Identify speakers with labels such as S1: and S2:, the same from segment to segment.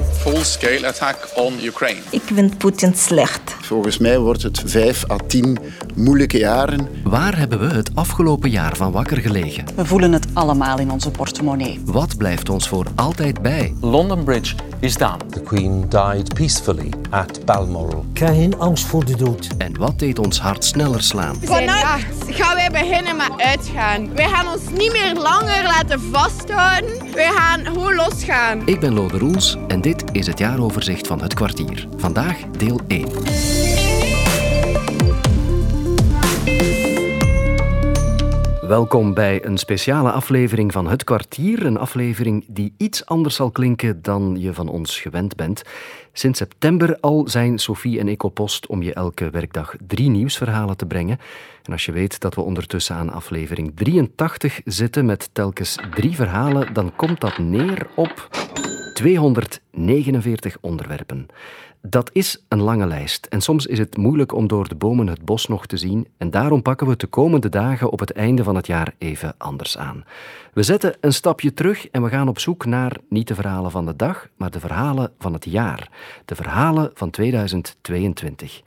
S1: full-scale attack on Ukraine.
S2: Ik vind Poetin slecht.
S3: Volgens mij wordt het vijf à tien moeilijke jaren.
S4: Waar hebben we het afgelopen jaar van wakker gelegen?
S5: We voelen het allemaal in onze portemonnee.
S4: Wat blijft ons voor altijd bij?
S6: London Bridge is down.
S7: The Queen died peacefully at Balmoral.
S8: Geen angst voor de dood.
S4: En wat deed ons hart sneller slaan?
S9: Vannacht gaan wij beginnen met uitgaan. Wij gaan ons niet meer langer laten vasthouden. Wij gaan gewoon losgaan.
S4: Ik ben Lode Roels en dit is het jaaroverzicht van Het Kwartier. Vandaag deel 1. Welkom bij een speciale aflevering van Het Kwartier. Een aflevering die iets anders zal klinken dan je van ons gewend bent. Sinds september al zijn Sophie en ik op post om je elke werkdag drie nieuwsverhalen te brengen. En als je weet dat we ondertussen aan aflevering 83 zitten met telkens drie verhalen, dan komt dat neer op 249 onderwerpen. Dat is een lange lijst en soms is het moeilijk om door de bomen het bos nog te zien en daarom pakken we het de komende dagen op het einde van het jaar even anders aan. We zetten een stapje terug en we gaan op zoek naar niet de verhalen van de dag, maar de verhalen van het jaar. De verhalen van 2022.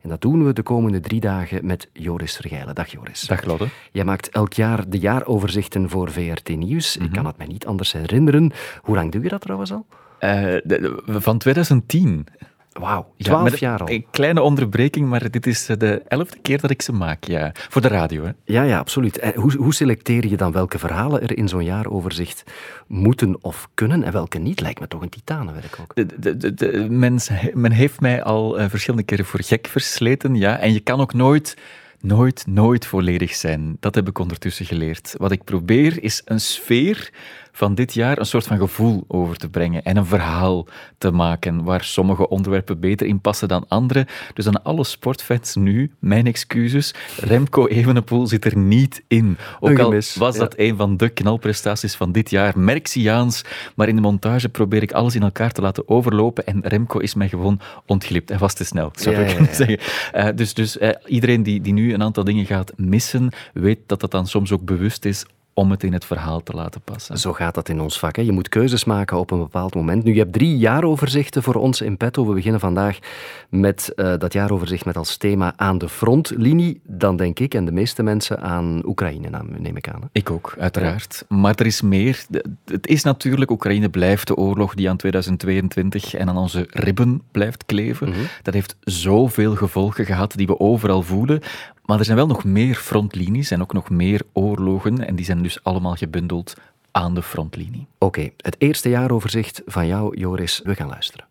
S4: En dat doen we de komende drie dagen met Joris Vergeilen. Dag Joris.
S10: Dag Lodde.
S4: Jij maakt elk jaar de jaaroverzichten voor VRT Nieuws.
S10: Mhm.
S4: Ik kan het mij niet anders herinneren. Hoe lang doe je dat trouwens al?
S10: Eh, de- de- van 2010.
S4: Wauw,
S10: Ja,
S4: twaalf
S10: met
S4: jaar al.
S10: Een kleine onderbreking, maar dit is eh, de elfde keer dat ik ze maak. Ja. Voor de radio, hè.
S4: Ja, ja, absoluut. En hoe, hoe selecteer je dan welke verhalen er in zo'n jaaroverzicht moeten of kunnen en welke niet? Lijkt me toch een titanenwerk ook.
S10: De, de, de, de- men, men heeft mij al eh, verschillende keren voor gek versleten, ja. En je kan ook nooit, nooit, nooit volledig zijn. Dat heb ik ondertussen geleerd. Wat ik probeer is een sfeer van dit jaar, een soort van gevoel over te brengen en een verhaal te maken waar sommige onderwerpen beter in passen dan andere. Dus aan alle sportfans nu, mijn excuses, Remco Evenepoel zit er niet in.
S4: Een
S10: Ook al
S4: gemis,
S10: was
S4: ja.
S10: dat een van de knalprestaties van dit jaar. Merxiaans. Maar in de montage probeer ik alles in elkaar te laten overlopen. En Remco is mij gewoon ontglipt. Hij was te snel, zou
S4: Ja,
S10: ik
S4: ja,
S10: kunnen
S4: ja.
S10: zeggen. Eh, dus dus eh, iedereen die, die nu een aantal dingen gaat missen, weet dat dat dan soms ook bewust is om het in het verhaal te laten passen.
S4: Zo gaat dat in ons vak. Hè. Je moet keuzes maken op een bepaald moment. Nu, je hebt drie jaaroverzichten voor ons in petto. We beginnen vandaag met eh, dat jaaroverzicht met als thema aan de frontlinie. Dan denk ik en de meeste mensen aan Oekraïne, naam- neem ik aan. hè.
S10: Ik ook, uiteraard. Maar er is meer. De- Het is natuurlijk, Oekraïne blijft de oorlog die aan 2022 en aan onze ribben blijft kleven. Dat heeft zoveel gevolgen gehad die we overal voelen. Maar er zijn wel nog meer frontlinies en ook nog meer oorlogen. En die zijn dus allemaal gebundeld aan de frontlinie.
S4: Oké, het eerste jaaroverzicht van jou, Joris. We gaan luisteren.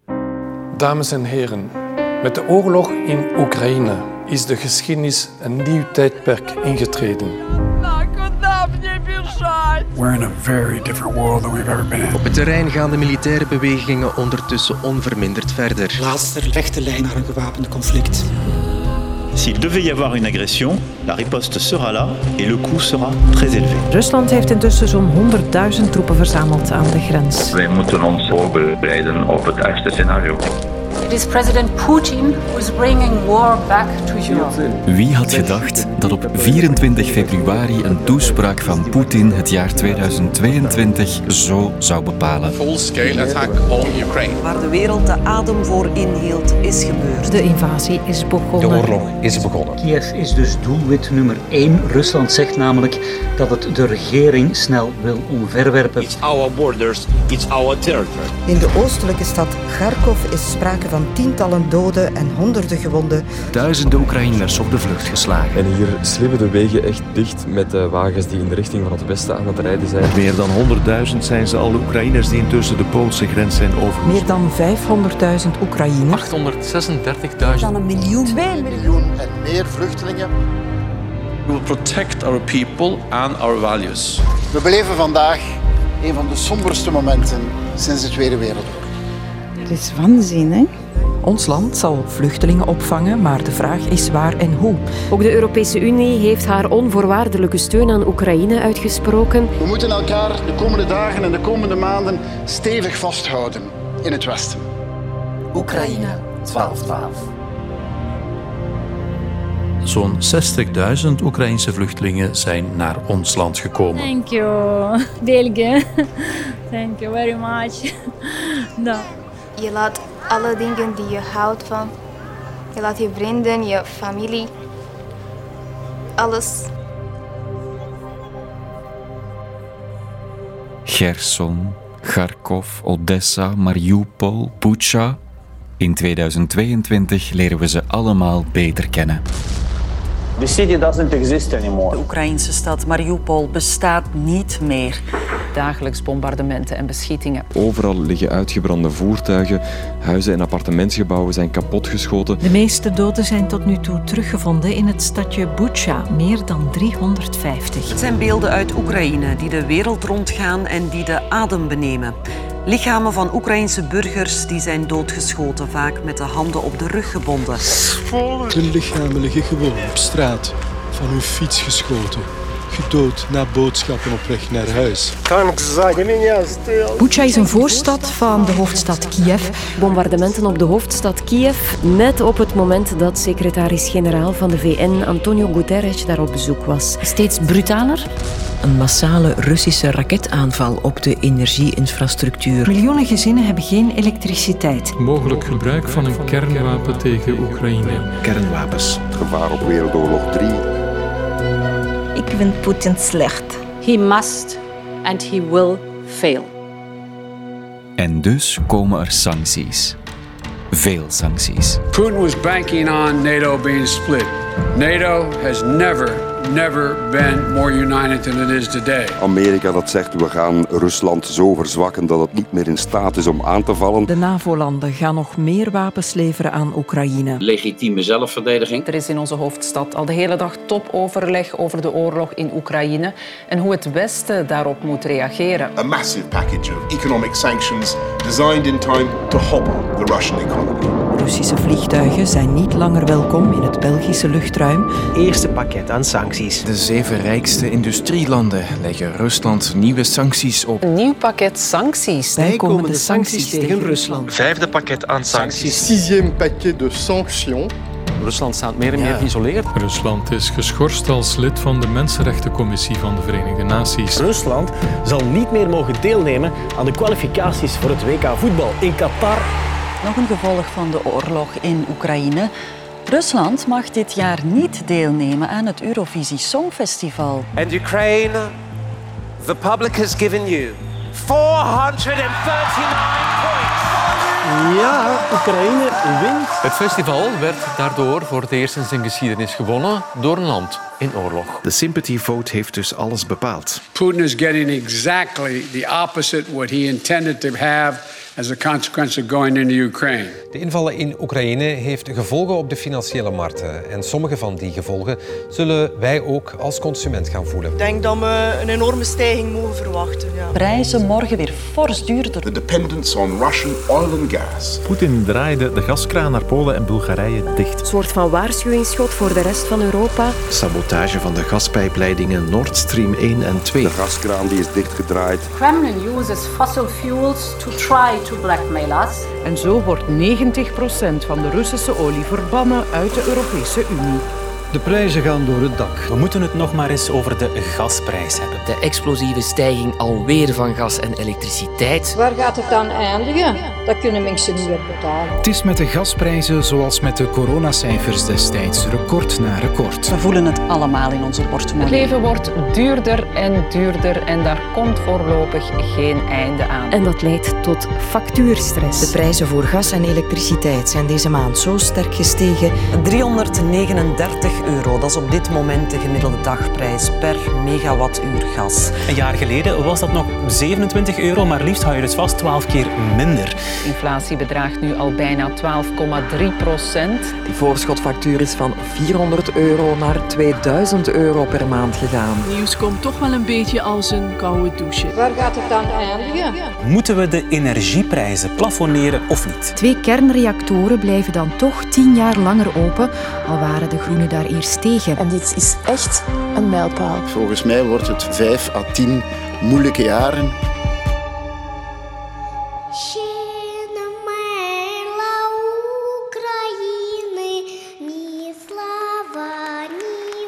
S11: Dames en heren, met de oorlog in Oekraïne is de geschiedenis een nieuw tijdperk ingetreden.
S8: We're in a very different world than we've ever been in.
S12: Op het terrein gaan de militaire bewegingen ondertussen onverminderd verder.
S7: Laatste rechte lijn naar een gewapend conflict.
S11: S'il devait y avoir une agression, la riposte sera là et le coût sera très élevé.
S5: Rusland heeft intussen zo'n 100.000 troepen verzameld aan de grens.
S11: Wij moeten ons voorbereiden op het ergste scenario.
S5: It is president Putin who is bringing war back to Europe.
S6: Wie had gedacht dat op 24 februari een toespraak van Poetin het jaar 2022 zo zou bepalen?
S1: Full-scale attack on Ukraine.
S5: Waar de wereld de adem voor inhield, is gebeurd. De invasie is
S7: De
S5: begonnen.
S7: oorlog is begonnen.
S8: Kiev is dus doelwit nummer 1. Rusland zegt namelijk dat het de regering snel wil omverwerpen.
S7: our borders, it's our territory.
S2: In de oostelijke stad Kharkov is sprake van tientallen doden en honderden gewonden.
S4: Duizenden Oekraïners op de vlucht geslagen.
S11: En hier slibben de wegen echt dicht met de wagens die in de richting van het westen aan het rijden zijn.
S8: Meer dan 100.000 zijn ze al Oekraïners die intussen de Poolse grens zijn over.
S5: Meer dan 500.000 Oekraïners.
S6: 836.000.
S5: Dan een miljoen.
S3: miljoen en meer vluchtelingen.
S1: We will protect our people and our values.
S3: We beleven vandaag een van de somberste momenten sinds de Tweede Wereldoorlog.
S9: Dat is waanzin, hè?
S5: Ons land zal vluchtelingen opvangen, maar de vraag is waar en hoe.
S9: Ook de Europese Unie heeft haar onvoorwaardelijke steun aan Oekraïne uitgesproken.
S3: We moeten elkaar de komende dagen en de komende maanden stevig vasthouden in het Westen. Oekraïne 1212.
S11: Zo'n 60.000 Oekraïnse vluchtelingen zijn naar ons land gekomen.
S9: Thank you, België. Thank you very much.
S13: Je laat alle dingen die je houdt van. Je laat je vrienden, je familie. Alles.
S6: Gerson, Kharkov, Odessa, Mariupol, Bucha. In 2022 leren we ze allemaal beter kennen.
S14: The city doesn't exist anymore.
S15: De Oekraïnse stad Mariupol bestaat niet meer. Dagelijks bombardementen en beschietingen.
S16: Overal liggen uitgebrande voertuigen, huizen en appartementsgebouwen zijn kapotgeschoten.
S17: De meeste doden zijn tot nu toe teruggevonden in het stadje Bucha, meer dan 350.
S15: Het zijn beelden uit Oekraïne die de wereld rondgaan en die de adem benemen. Lichamen van Oekraïnse burgers die zijn doodgeschoten, vaak met de handen op de rug gebonden.
S18: De lichamen liggen gewoon op straat, van hun fiets geschoten. Gedood na boodschappen op weg naar huis.
S19: Bucha is een voorstad van de hoofdstad Kiev. Bombardementen op de hoofdstad Kiev, net op het moment dat secretaris-generaal van de VN Antonio Guterres daar op bezoek was. Steeds brutaler.
S4: Een massale Russische raketaanval op de energieinfrastructuur.
S17: Miljoenen gezinnen hebben geen elektriciteit.
S20: Mogelijk gebruik van een kernwapen tegen Oekraïne.
S3: Kernwapens. Het gevaar op Wereldoorlog 3.
S21: Ik vind Poetin slecht.
S22: He must and he will fail.
S6: En dus komen er sancties. Veel sancties.
S1: Putin was banking on NATO being split. NATO has never, never been more united than it is today.
S3: Amerika dat zegt we gaan Rusland zo verzwakken dat het niet meer in staat is om aan te vallen.
S4: De NAVO-landen gaan nog meer wapens leveren aan Oekraïne.
S23: Legitieme zelfverdediging.
S15: Er is in onze hoofdstad al de hele dag topoverleg over de oorlog in Oekraïne en hoe het Westen daarop moet reageren.
S24: A massive package of economic sanctions designed in time to hobble the Russian economy.
S4: Russische vliegtuigen zijn niet langer welkom in het Belgische luchtruim.
S25: Eerste pakket aan sancties.
S26: De zeven rijkste industrielanden leggen Rusland nieuwe sancties op.
S15: Een nieuw pakket sancties.
S4: Bijkomende sancties tegen Rusland.
S26: Vijfde pakket aan sancties.
S27: Sixième pakket de sanctions.
S26: Rusland staat meer en meer geïsoleerd.
S20: Rusland is geschorst als lid van de Mensenrechtencommissie van de Verenigde Naties.
S26: Rusland zal niet meer mogen deelnemen aan de kwalificaties voor het WK voetbal in Qatar.
S15: Nog een gevolg van de oorlog in Oekraïne. Rusland mag dit jaar niet deelnemen aan het Eurovisie Songfestival.
S25: And Ukraine, the public has given you 439 points. Ja, Oekraïne wint.
S26: Het festival werd daardoor voor het eerst in zijn geschiedenis gewonnen door een land in oorlog.
S16: De sympathy vote heeft dus alles bepaald.
S1: Putin is getting exactly the opposite what he intended to have as a consequence of going into Ukraine.
S28: De invallen in Oekraïne heeft gevolgen op de financiële markten. En sommige van die gevolgen zullen wij ook als consument gaan voelen.
S29: Ik denk dat we een enorme stijging mogen verwachten. Ja.
S15: Prijzen morgen weer fors duurder.
S24: The dependence on Russian oil and gas.
S26: Poetin draaide de gaskraan naar Polen en Bulgarije dicht.
S19: Een soort van waarschuwingsschot voor de rest van Europa.
S16: Sabotage van de gaspijpleidingen Nord Stream 1 en 2.
S3: De gaskraan die is dichtgedraaid.
S22: Kremlin uses fossil fuels to try to blackmail us.
S15: En zo wordt 90% van de Russische olie verbannen uit de Europese Unie.
S26: De prijzen gaan door het dak. We moeten het nog maar eens over de gasprijs hebben.
S30: De explosieve stijging alweer van gas en elektriciteit.
S31: Waar gaat het dan eindigen? Dat kunnen mensen niet meer betalen.
S26: Het is met de gasprijzen zoals met de coronacijfers destijds, record na record.
S15: We voelen het allemaal in onze portemonnee.
S22: Het leven wordt duurder en duurder en daar komt voorlopig geen einde aan.
S19: En dat leidt tot factuurstress.
S32: De prijzen voor gas en elektriciteit zijn deze maand zo sterk gestegen.
S15: 339 euro. Dat is op dit moment de gemiddelde dagprijs per megawattuur gas.
S26: Een jaar geleden was dat nog 27 euro, maar liefst hou je dus vast 12 keer minder.
S15: Inflatie bedraagt nu al bijna 12,3 procent.
S4: Die voorschotfactuur is van 400 euro naar 2000 euro per maand gegaan.
S31: Nieuws komt toch wel een beetje als een koude douche. Waar gaat het dan eindigen?
S26: Moeten we de energieprijzen plafonneren of niet?
S19: Twee kernreactoren blijven dan toch 10 jaar langer open, al waren de groenen daar eerst tegen.
S31: En dit is echt een mijlpaal.
S33: Volgens mij wordt het 5 à 10 moeilijke jaren.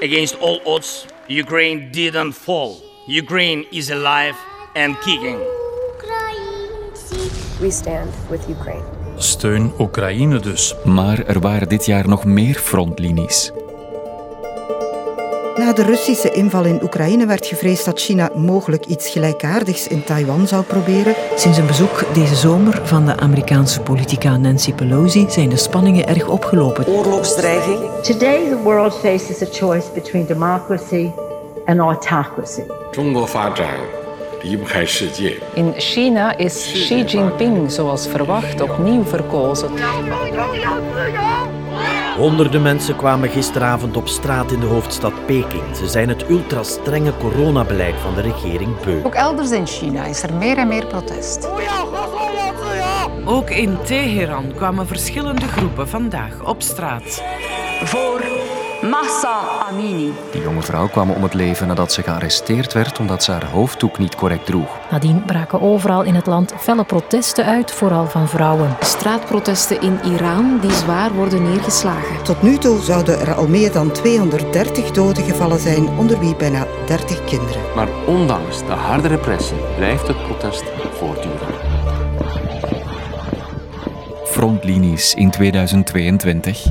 S30: Against all odds, Ukraine didn't fall. Ukraine is alive and kicking.
S34: We stand with Ukraine.
S35: Steun Oekraïne dus.
S10: Maar er waren dit jaar nog meer frontlinies.
S36: Na de Russische inval in Oekraïne werd gevreesd dat China mogelijk iets gelijkaardigs in Taiwan zou proberen.
S37: Sinds een bezoek deze zomer van de Amerikaanse politica Nancy Pelosi zijn de spanningen erg opgelopen.
S38: Oorlogsdreiging.
S39: Today the world faces a choice between democracy and autocracy.
S40: In China is Xi Jinping, zoals verwacht, opnieuw verkozen.
S41: Honderden mensen kwamen gisteravond op straat in de hoofdstad Peking. Ze zijn het ultra-strenge coronabeleid van de regering beu.
S42: Ook elders in China is er meer en meer protest.
S43: Ook in Teheran kwamen verschillende groepen vandaag op straat.
S44: Voor Massa Amini.
S45: Die jonge vrouw kwam om het leven nadat ze gearresteerd werd omdat ze haar hoofddoek niet correct droeg.
S46: Nadien braken overal in het land felle protesten uit, vooral van vrouwen.
S47: Straatprotesten in Iran die zwaar worden neergeslagen.
S36: Tot nu toe zouden er al meer dan 230 doden gevallen zijn, onder wie bijna 30 kinderen.
S48: Maar ondanks de harde repressie blijft het protest voortduren.
S10: Frontlinies in 2022.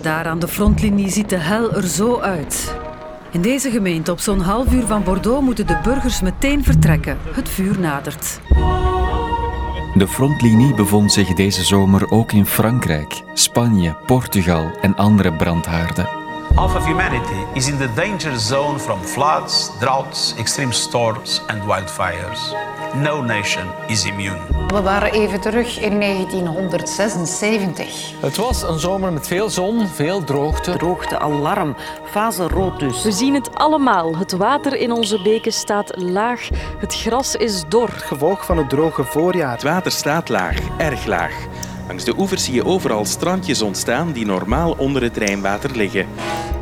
S15: Daar aan de frontlinie ziet de hel er zo uit. In deze gemeente, op zo'n half uur van Bordeaux, moeten de burgers meteen vertrekken. Het vuur nadert.
S10: De frontlinie bevond zich deze zomer ook in Frankrijk, Spanje, Portugal en andere brandhaarden.
S6: Half of humanity is in the danger zone from floods, droughts, extreme storms and wildfires. No nation is immune.
S42: We waren even terug in 1976.
S45: Het was een zomer met veel zon, veel droogte.
S38: Droogtealarm, fase rood dus.
S49: We zien het allemaal. Het water in onze beken staat laag. Het gras is dor.
S50: Het gevolg van het droge voorjaar.
S4: Het water staat laag, erg laag. Langs de oevers zie je overal strandjes ontstaan die normaal onder het Rijnwater liggen.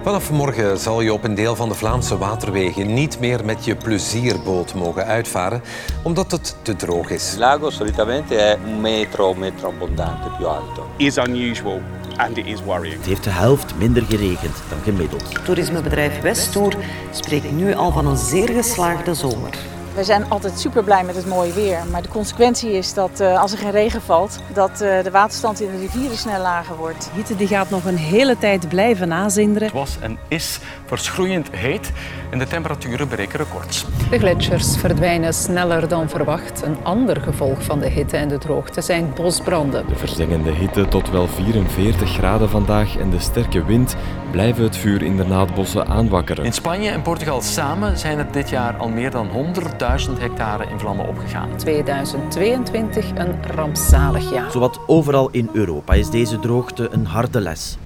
S51: Vanaf morgen zal je op een deel van de Vlaamse waterwegen niet meer met je plezierboot mogen uitvaren, omdat het te droog is.
S52: Il lago solitamente è un metro, metro abbondante più alto.
S4: Is unusual. And it is worrying.
S41: Het heeft de helft minder geregend dan gemiddeld.
S38: Toerismebedrijf Westtour spreekt nu al van een zeer geslaagde zomer.
S19: We zijn altijd super blij met het mooie weer. Maar de consequentie is dat uh, als er geen regen valt, dat uh, de waterstand in de rivieren snel lager wordt.
S53: Hitte die gaat nog een hele tijd blijven nazinderen.
S4: Het was en is verschroeiend heet en de temperaturen breken records.
S40: De gletsjers verdwijnen sneller dan verwacht. Een ander gevolg van de hitte en de droogte zijn bosbranden.
S54: De verzengende hitte tot wel 44 graden vandaag en de sterke wind blijven het vuur in de naadbossen aanwakkeren.
S4: In Spanje en Portugal samen zijn er dit jaar al meer dan 100 1000 hectare in vlammen opgegaan.
S40: 2022 een rampzalig jaar.
S41: Zowat overal in Europa is deze droogte een harde les.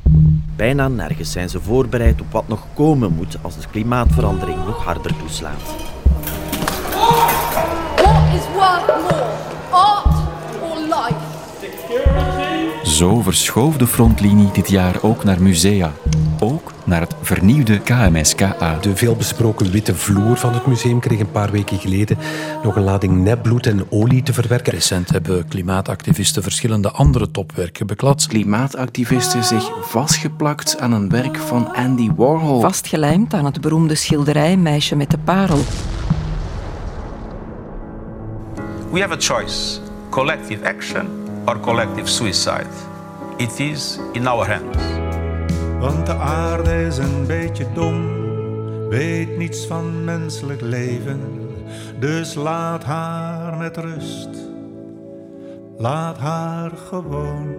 S41: Bijna nergens zijn ze voorbereid op wat nog komen moet als de klimaatverandering nog harder toeslaat.
S55: Art. What is worth more, art or life?
S10: Zo verschoof de frontlinie dit jaar ook naar musea. Ook naar het vernieuwde KMSKA.
S51: De veelbesproken witte vloer van het museum kreeg een paar weken geleden nog een lading nepbloed en olie te verwerken.
S35: Recent hebben klimaatactivisten verschillende andere topwerken bekladst.
S4: Klimaatactivisten zich vastgeplakt aan een werk van Andy Warhol.
S56: Vastgelijmd aan het beroemde schilderij Meisje met de parel.
S15: We have a choice: collective action or collective suicide. It is in our hands.
S26: Want de aarde is een beetje dom, weet niets van menselijk leven, dus laat haar met rust. Laat haar gewoon.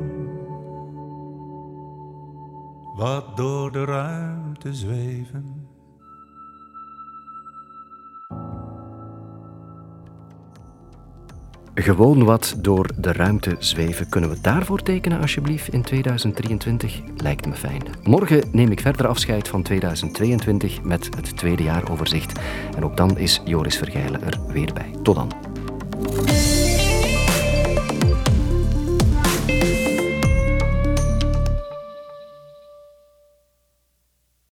S26: Wat door de ruimte zweven.
S4: Gewoon wat door de ruimte zweven. Kunnen we daarvoor tekenen, alsjeblieft, in 2023? Lijkt me fijn. Morgen neem ik verder afscheid van 2022 met het tweede jaaroverzicht. En ook dan is Joris Vergeilen er weer bij. Tot dan.